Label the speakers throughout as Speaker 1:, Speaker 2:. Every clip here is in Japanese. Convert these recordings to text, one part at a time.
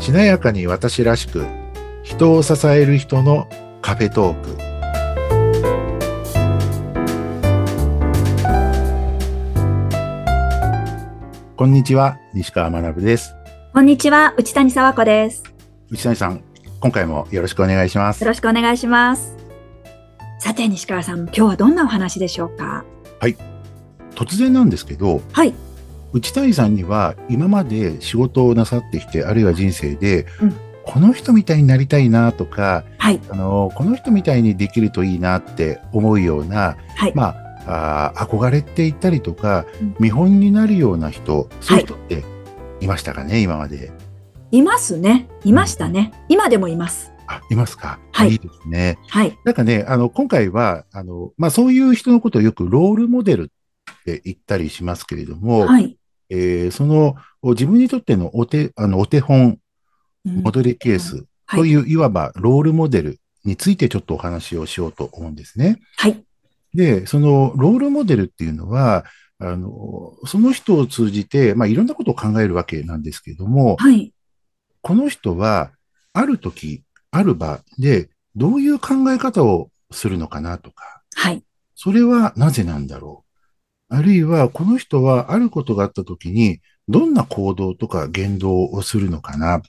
Speaker 1: 華やかに私らしく人を支える人のカフェトークこんにちは西川学です
Speaker 2: こんにちは、内谷沢子です。
Speaker 1: 内谷さん今回もよろしくお願いします
Speaker 2: よろしくお願いします。さて、西川さん、今日はどんなお話でしょうか
Speaker 1: 突然なんですけど
Speaker 2: はい。
Speaker 1: 内谷さんには今まで仕事をなさってきてあるいは人生で、
Speaker 2: うん
Speaker 1: この人みたいになりたいなとか
Speaker 2: はい。
Speaker 1: あのこの人みたいにできるといいなって思うような、
Speaker 2: はい。
Speaker 1: まあ、あー憧れって言ったりとか、
Speaker 2: うん
Speaker 1: 見本になるような人そういう人っていましたかね、今まで。
Speaker 2: いますね。いましたね。今でもいます。
Speaker 1: あいますか、
Speaker 2: はい
Speaker 1: いいですね。
Speaker 2: はい。
Speaker 1: なんかねあの今回はあの、まあ、そういう人のことをよくロールモデルって言ったりしますけれども、
Speaker 2: はい。
Speaker 1: えーその自分にとってのお手あのお手本
Speaker 2: うん
Speaker 1: モデルケース
Speaker 2: はい
Speaker 1: という、い、わばロールモデルについてちょっとお話をしようと思うんですね。
Speaker 2: はい。
Speaker 1: で、そのロールモデルっていうのは、あの、その人を通じて、まあ、いろんなことを考えるわけなんですけれども、
Speaker 2: はい。
Speaker 1: この人は、ある時、ある場で、どういう考え方をするのかなとか、
Speaker 2: はい。
Speaker 1: それはなぜなんだろう。あるいは、この人はあることがあった時に、どんな行動とか言動をするのかな。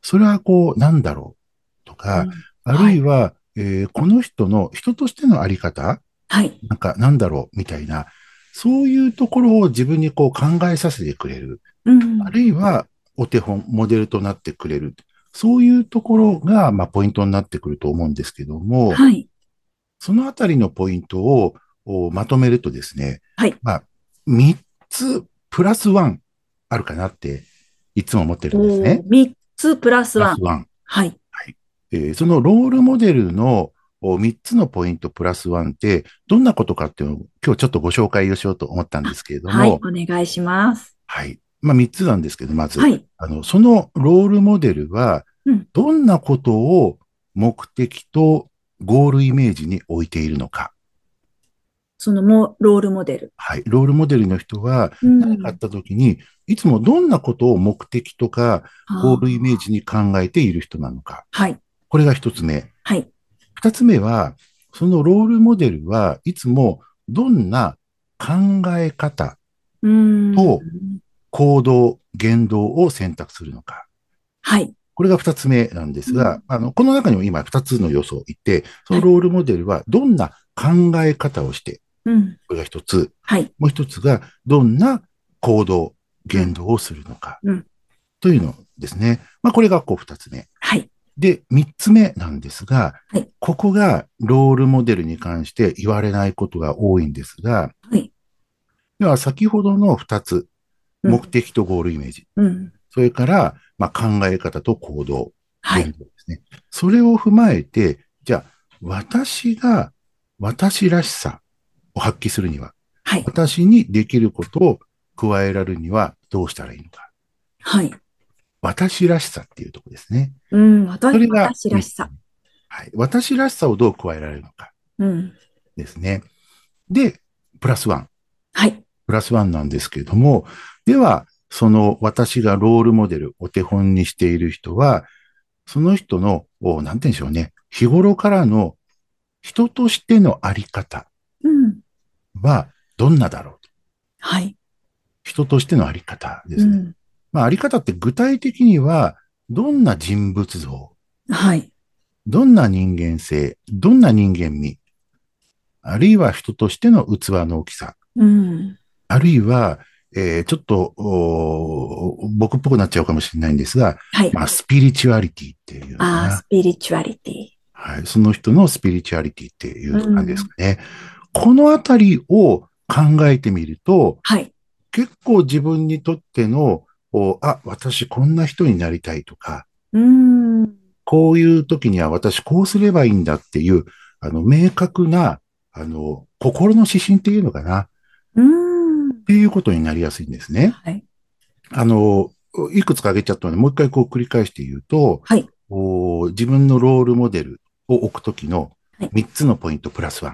Speaker 1: それはこう、なんだろうとか、
Speaker 2: うん
Speaker 1: あるいは、えーこの人の人としてのあり方、
Speaker 2: はい。
Speaker 1: なんかなんだろうみたいな、そういうところを自分にこう考えさせてくれる。
Speaker 2: うん
Speaker 1: あるいは、お手本、モデルとなってくれる。そういうところが、まあ、ポイントになってくると思うんですけども、
Speaker 2: はい。
Speaker 1: そのあたりのポイントをおまとめるとですね、
Speaker 2: はい
Speaker 1: まあ、3つプラスワンあるかなって、いつも思ってるんですね。
Speaker 2: 3つプラス
Speaker 1: プ
Speaker 2: ワ
Speaker 1: ラ
Speaker 2: ン
Speaker 1: ス。ワン。
Speaker 2: はい。
Speaker 1: えーそのロールモデルの3つのポイントプラスワンって、どんなことかっていうのを今日ちょっとご紹介をしようと思ったんですけれども、
Speaker 2: は。
Speaker 1: はいい
Speaker 2: お。願いします。
Speaker 1: まあ3つなんですけど、まず、
Speaker 2: はい。
Speaker 1: あの、そのロールモデルは
Speaker 2: うん、
Speaker 1: どんなことを目的とゴールイメージに置いているのか。
Speaker 2: そのもう、ロールモデル。
Speaker 1: はい。ロールモデルの人は、
Speaker 2: うん
Speaker 1: あった時に、いつもどんなことを目的とか、ゴールイメージに考えている人なのか。
Speaker 2: はい。
Speaker 1: これが一つ目。
Speaker 2: はい。
Speaker 1: 二つ目は、そのロールモデルはいつもどんな考え方、
Speaker 2: うん
Speaker 1: と行動、言動を選択するのか。
Speaker 2: はい。
Speaker 1: これが二つ目なんですが、
Speaker 2: うん
Speaker 1: あの、この中にも今二つの要素を言って、そのロールモデルはどんな考え方をして、
Speaker 2: うん。
Speaker 1: これが一つ。
Speaker 2: はい。
Speaker 1: もう一つが、どんな行動、言動をするのか。
Speaker 2: うん
Speaker 1: というのですね。まあ、これがこう二つ目。
Speaker 2: はい。
Speaker 1: で、三つ目なんですが、
Speaker 2: はい
Speaker 1: ここがロールモデルに関して言われないことが多いんですが、
Speaker 2: はい。
Speaker 1: では先ほどの二つ、
Speaker 2: うん
Speaker 1: 目的とゴールイメージ、
Speaker 2: うん。
Speaker 1: それから、まあ、考え方と行動、
Speaker 2: はい。
Speaker 1: 言動ですね。それを踏まえて、じゃあ、私が私らしさを発揮するには、
Speaker 2: はい。
Speaker 1: 私にできることを加えられるにはどうしたらいいのか。
Speaker 2: はい。
Speaker 1: 私らしさっていうところですね。
Speaker 2: うん。私
Speaker 1: それが、
Speaker 2: 私らしさ。
Speaker 1: はい。私らしさをどう加えられるのか。
Speaker 2: うん。
Speaker 1: ですね。で、プラスワン。
Speaker 2: はい。
Speaker 1: プラスワンなんですけれども、では、その私がロールモデル、お手本にしている人は、その人の、おなんて言うんでしょうね、日頃からの人としてのあり方
Speaker 2: うん。
Speaker 1: はどんなだろうと。
Speaker 2: はい。
Speaker 1: 人としてのあり方で
Speaker 2: う
Speaker 1: すね。
Speaker 2: ん。
Speaker 1: まあ、あり方って具体的には、どんな人物像、
Speaker 2: はい。
Speaker 1: どんな人間性、どんな人間味、あるいは人としての器の大きさ、
Speaker 2: うん。
Speaker 1: あるいは、えーちょっと、おー僕っぽくなっちゃうかもしれないんですが、
Speaker 2: はい。
Speaker 1: まあ、スピリチュアリティっていうのか
Speaker 2: ああ、
Speaker 1: な
Speaker 2: スピリチュアリティ。
Speaker 1: はい、その人のスピリチュアリティっていう感じですかね。このあたりを考えてみると、
Speaker 2: はい。
Speaker 1: 結構自分にとっての、おあ、私こんな人になりたいとか、
Speaker 2: うん。
Speaker 1: こういう時には私こうすればいいんだっていう、あの、明確な、あの、心の指針っていうのかな、っ
Speaker 2: うん。
Speaker 1: ていうことになりやすいんですね。
Speaker 2: はい。
Speaker 1: あの、いくつか挙げちゃったので、もう一回こう繰り返して言うと、
Speaker 2: はい
Speaker 1: お自分のロールモデルを置くときの
Speaker 2: はい
Speaker 1: 3つのポイントプラスワ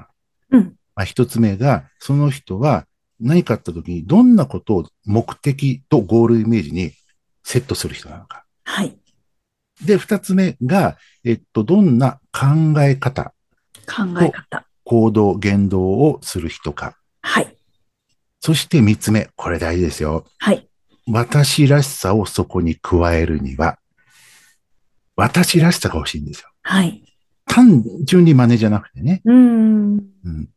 Speaker 1: ン。
Speaker 2: うん。
Speaker 1: まあ、1つ目が、その人は何かあったときにどんなことを目的とゴールイメージにセットする人なのか。
Speaker 2: はい。
Speaker 1: で、二つ目が、えっと、どんな考え方、
Speaker 2: 考え方。
Speaker 1: 行動、言動をする人か。
Speaker 2: はい。
Speaker 1: そして三つ目、これ大事ですよ。
Speaker 2: はい。
Speaker 1: 私らしさをそこに加えるには、私らしさが欲しいんですよ。
Speaker 2: はい。
Speaker 1: 単純に真似じゃなくてね。
Speaker 2: うーん。
Speaker 1: うん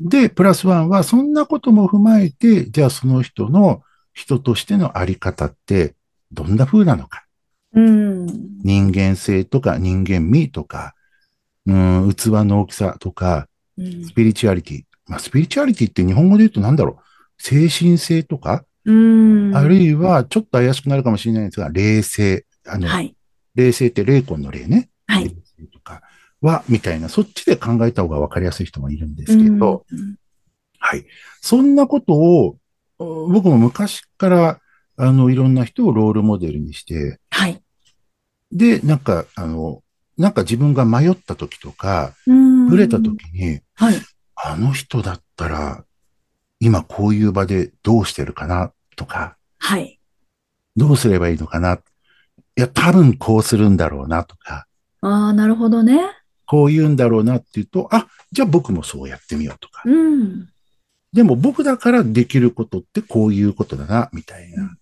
Speaker 1: で、プラスワンは、そんなことも踏まえて、じゃあその人の人としてのあり方って、どんな風なのか。
Speaker 2: うーん。
Speaker 1: 人間性とか人間味とか、うん、器の大きさとか、
Speaker 2: うん
Speaker 1: スピリチュアリティ。まあ、スピリチュアリティって日本語で言うと何だろう精神性とか、
Speaker 2: うーん。
Speaker 1: あるいはちょっと怪しくなるかもしれないんですが、冷静。あの、
Speaker 2: はい。
Speaker 1: 冷静って霊魂の霊ね。
Speaker 2: はい。
Speaker 1: 冷静とかは、みたいな、そっちで考えた方が分かりやすい人もいるんですけど、
Speaker 2: うん。
Speaker 1: はい。そんなことを、うん僕も昔から、あの、いろんな人をロールモデルにして、
Speaker 2: はい。
Speaker 1: で、なんか、あの、なんか自分が迷った時とか、
Speaker 2: うーん
Speaker 1: ぶれた時。に、
Speaker 2: はい。
Speaker 1: あの人だったら、今こういう場でどうしてるかなとか、
Speaker 2: はい。
Speaker 1: どうすればいいのかな。いや、多分こうするんだろうなとか、
Speaker 2: ああ、なるほどね。
Speaker 1: こう言うんだろうなっていうと、あ、じゃあ僕もそうやってみようとか。
Speaker 2: うん。
Speaker 1: でも僕だからできることってこういうことだな、みたいな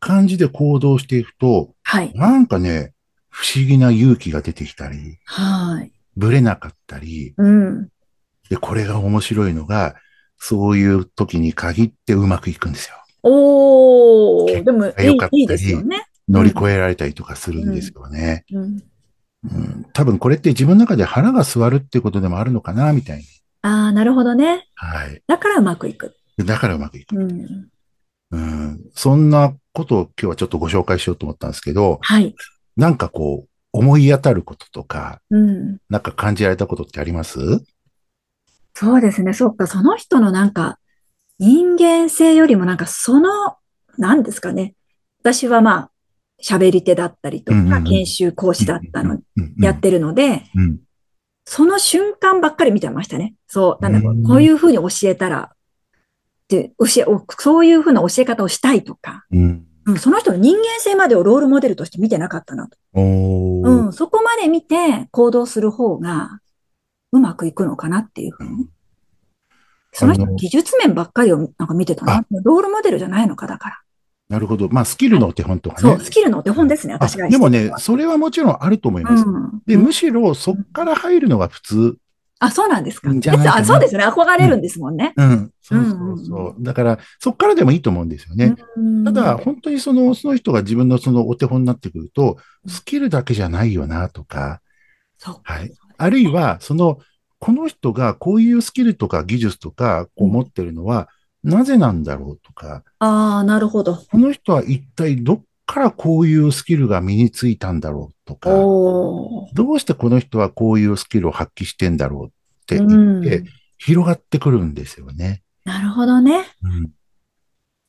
Speaker 1: 感じで行動していくと、
Speaker 2: はい。
Speaker 1: なんかね、不思議な勇気が出てきたり、
Speaker 2: はい。
Speaker 1: ぶれなかったり、
Speaker 2: うん。
Speaker 1: で、これが面白いのが、そういう時に限ってうまくいくんですよ。
Speaker 2: おー、でも
Speaker 1: が良かった
Speaker 2: いい
Speaker 1: り
Speaker 2: いいですよね。
Speaker 1: 乗り越えられたりとかするんですよね。
Speaker 2: うん、
Speaker 1: うん、多分これって自分の中で腹が座るってことでもあるのかな、みたいに。
Speaker 2: ああ、なるほどね。
Speaker 1: はい。
Speaker 2: だからうまくいく。
Speaker 1: だからうまくいく。
Speaker 2: うん、
Speaker 1: うん、そんなことを今日はちょっとご紹介しようと思ったんですけど、
Speaker 2: はい。
Speaker 1: なんかこう、思い当たることとか、
Speaker 2: うん。
Speaker 1: なんか感じられたことってあります
Speaker 2: そうですね。そっか。その人のなんか、人間性よりもなんかその、なんですかね。私はまあ、喋り手だったりと
Speaker 1: うんうんう
Speaker 2: か、
Speaker 1: ん
Speaker 2: 研修講師だったの、
Speaker 1: うん
Speaker 2: やっ。てるので、
Speaker 1: うん。
Speaker 2: その瞬間ばっかり見てましたね。そう、なんだろ
Speaker 1: う
Speaker 2: う、
Speaker 1: ん
Speaker 2: こういうふうに教えたら、で、教え、おそういうふうな教え方をしたいとか、
Speaker 1: うん。
Speaker 2: うん、その人の人間性までをロールモデルとして見てなかったなと。
Speaker 1: お
Speaker 2: う
Speaker 1: ー。
Speaker 2: ん、そこまで見て行動する方がうまくいくのかなっていうふうに。その人の技術面ばっかりをなんか見てたな。ロールモデルじゃないのか、だから。
Speaker 1: なるほど。まあ、スキルのお手本とかね。
Speaker 2: そう、スキルのお手本ですね、
Speaker 1: あ
Speaker 2: 私が。
Speaker 1: でもね、、それはもちろんあると思います。
Speaker 2: うん。
Speaker 1: で、むしろそっから入るのが普通。
Speaker 2: あ、そうなんですか。
Speaker 1: じゃないかな
Speaker 2: あそうですね、憧れるんですもんね。
Speaker 1: うん。そうそう
Speaker 2: うん
Speaker 1: そうう。だから、そっからでもいいと思うんですよね。
Speaker 2: うん
Speaker 1: ただ、本当にその、その人が自分のそのお手本になってくると、スキルだけじゃないよな、とか。
Speaker 2: そう
Speaker 1: はい。あるいは、その、この人がこういうスキルとか技術とか、こう持ってるのは、なぜなんだろうとか、
Speaker 2: ああ、なるほど。
Speaker 1: この人は一体どっからこういうスキルが身についたんだろうとか、
Speaker 2: おー。
Speaker 1: どうしてこの人はこういうスキルを発揮してんだろうって
Speaker 2: う
Speaker 1: 言
Speaker 2: ん
Speaker 1: って、広がってくるんですよね。
Speaker 2: なるほどね。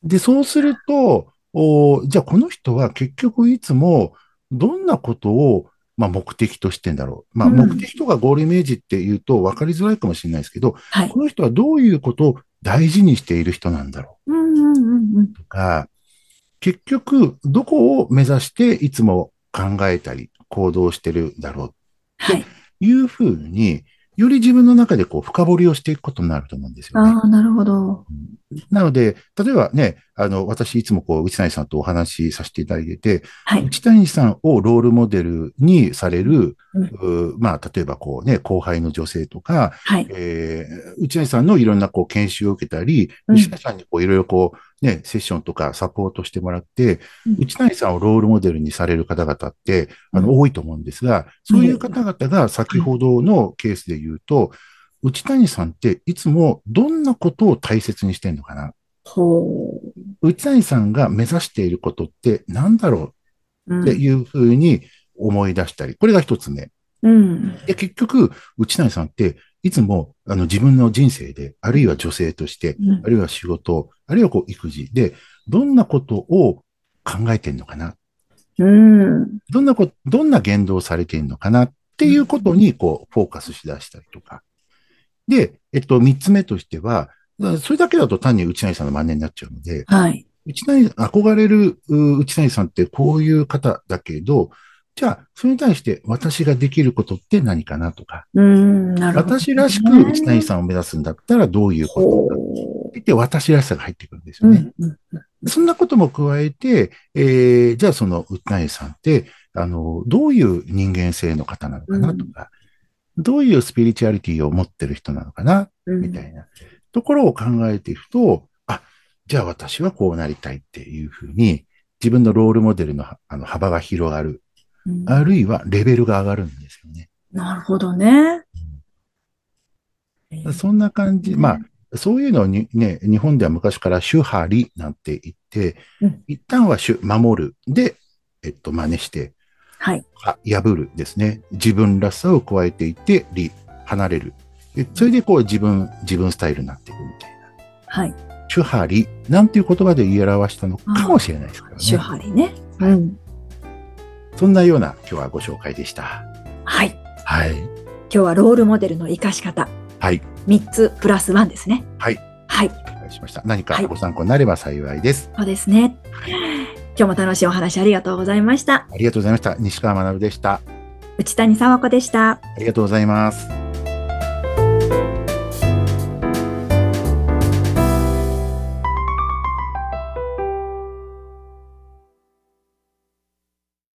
Speaker 1: で、そうすると、おじゃあこの人は結局いつもどんなことを、まあ、目的としてんだろう。まあ、
Speaker 2: うん
Speaker 1: 目的とかゴールイメージっていうと分かりづらいかもしれないですけど、
Speaker 2: はい
Speaker 1: こ。の人はどういうことを大事にしている人なんだろ
Speaker 2: うんうんうんうん
Speaker 1: う。とか、結局どこを目指していつも考えたり行動してるだろう
Speaker 2: はい。
Speaker 1: というふうに、より自分の中でこう深掘りをしていくことになると思うんですよね。
Speaker 2: ああ、なるほど。
Speaker 1: なので、例えばね、あの、私いつもこう、内谷さんとお話しさせていただいてて、
Speaker 2: はい。
Speaker 1: 内谷さんをロールモデルにされる、
Speaker 2: うん
Speaker 1: うーまあ、例えばこうね、後輩の女性とか、
Speaker 2: はい。
Speaker 1: えー、内谷さんのいろんなこう、研修を受けたり、
Speaker 2: うん
Speaker 1: 内谷さんにこう、いろいろこう、ね、セッションとかサポートしてもらって、
Speaker 2: うん
Speaker 1: 内谷さんをロールモデルにされる方々って、あ
Speaker 2: う
Speaker 1: の、多いと思うんですが、そういう方々が先ほどのケースで言うと、内谷さんっていつもどんなことを大切にしてるのかな
Speaker 2: ほ
Speaker 1: 内谷さんが目指していることって何だろ
Speaker 2: う。う
Speaker 1: うって
Speaker 2: ん。
Speaker 1: いうふうに思い出したり、これが一つ目。
Speaker 2: うん。
Speaker 1: で、結局、内谷さんっていつもあの自分の人生で、あるいは女性として、
Speaker 2: うん
Speaker 1: あるいは仕事、あるいはこう育児で、どんなことを考えてるのかな
Speaker 2: うん。
Speaker 1: どんなこと、どんな言動をされているのかなっていうことにこうフォーカスしだしたりとか。で、えっと、三つ目としては、それだけだと単に内谷さんの真似になっちゃうので、
Speaker 2: はい。
Speaker 1: 内内、憧れるう内内さんってこういう方だけど、じゃあ、それに対して私ができることって何かなとか、
Speaker 2: うん、なるほど、
Speaker 1: 私らしく内谷さんを目指すんだったらどういうことだって言って、私らしさが入ってくるんですよね。
Speaker 2: うんうん
Speaker 1: そんなことも加えて、えーじゃあそのうったえさんって、あの、どういう人間性の方なのかなとか、どういうスピリチュアリティを持ってる人なのかな、
Speaker 2: うん
Speaker 1: みたいなところを考えていくと、あ、じゃあ私はこうなりたいっていうふうに、自分のロールモデルのはあの幅が広がる、
Speaker 2: うん
Speaker 1: あるいはレベルが上がるんですよね。
Speaker 2: なるほどね。
Speaker 1: そんな感じ、まあ、そういうのをにね、日本では昔から主張りなんて言って、
Speaker 2: うん
Speaker 1: 一旦は主、守る。で、えっと、真似して、
Speaker 2: はい。
Speaker 1: は破るですね。自分らしさを加えていって、り、離れる。でそれでこう自分、自分スタイルになっていくみたいな。
Speaker 2: はい。
Speaker 1: 主張りなんていう言葉で言い表したのかもしれないですから
Speaker 2: 手
Speaker 1: ね。
Speaker 2: 張りね。
Speaker 1: はい
Speaker 2: うん。
Speaker 1: そんなような今日はご紹介でした。
Speaker 2: はい。
Speaker 1: はい。
Speaker 2: 今日はロールモデルの活かし方。
Speaker 1: はい。
Speaker 2: 3つプラス1ですね。
Speaker 1: はい。
Speaker 2: はい。
Speaker 1: お願いしました。何
Speaker 2: は
Speaker 1: か
Speaker 2: い
Speaker 1: ご参考になれば幸いです。
Speaker 2: そうですね。今日も楽しいお話ありがとうございました。
Speaker 1: ありがとうございました。西川学でした。
Speaker 2: 内谷沢子でした。
Speaker 1: ありがとうございます。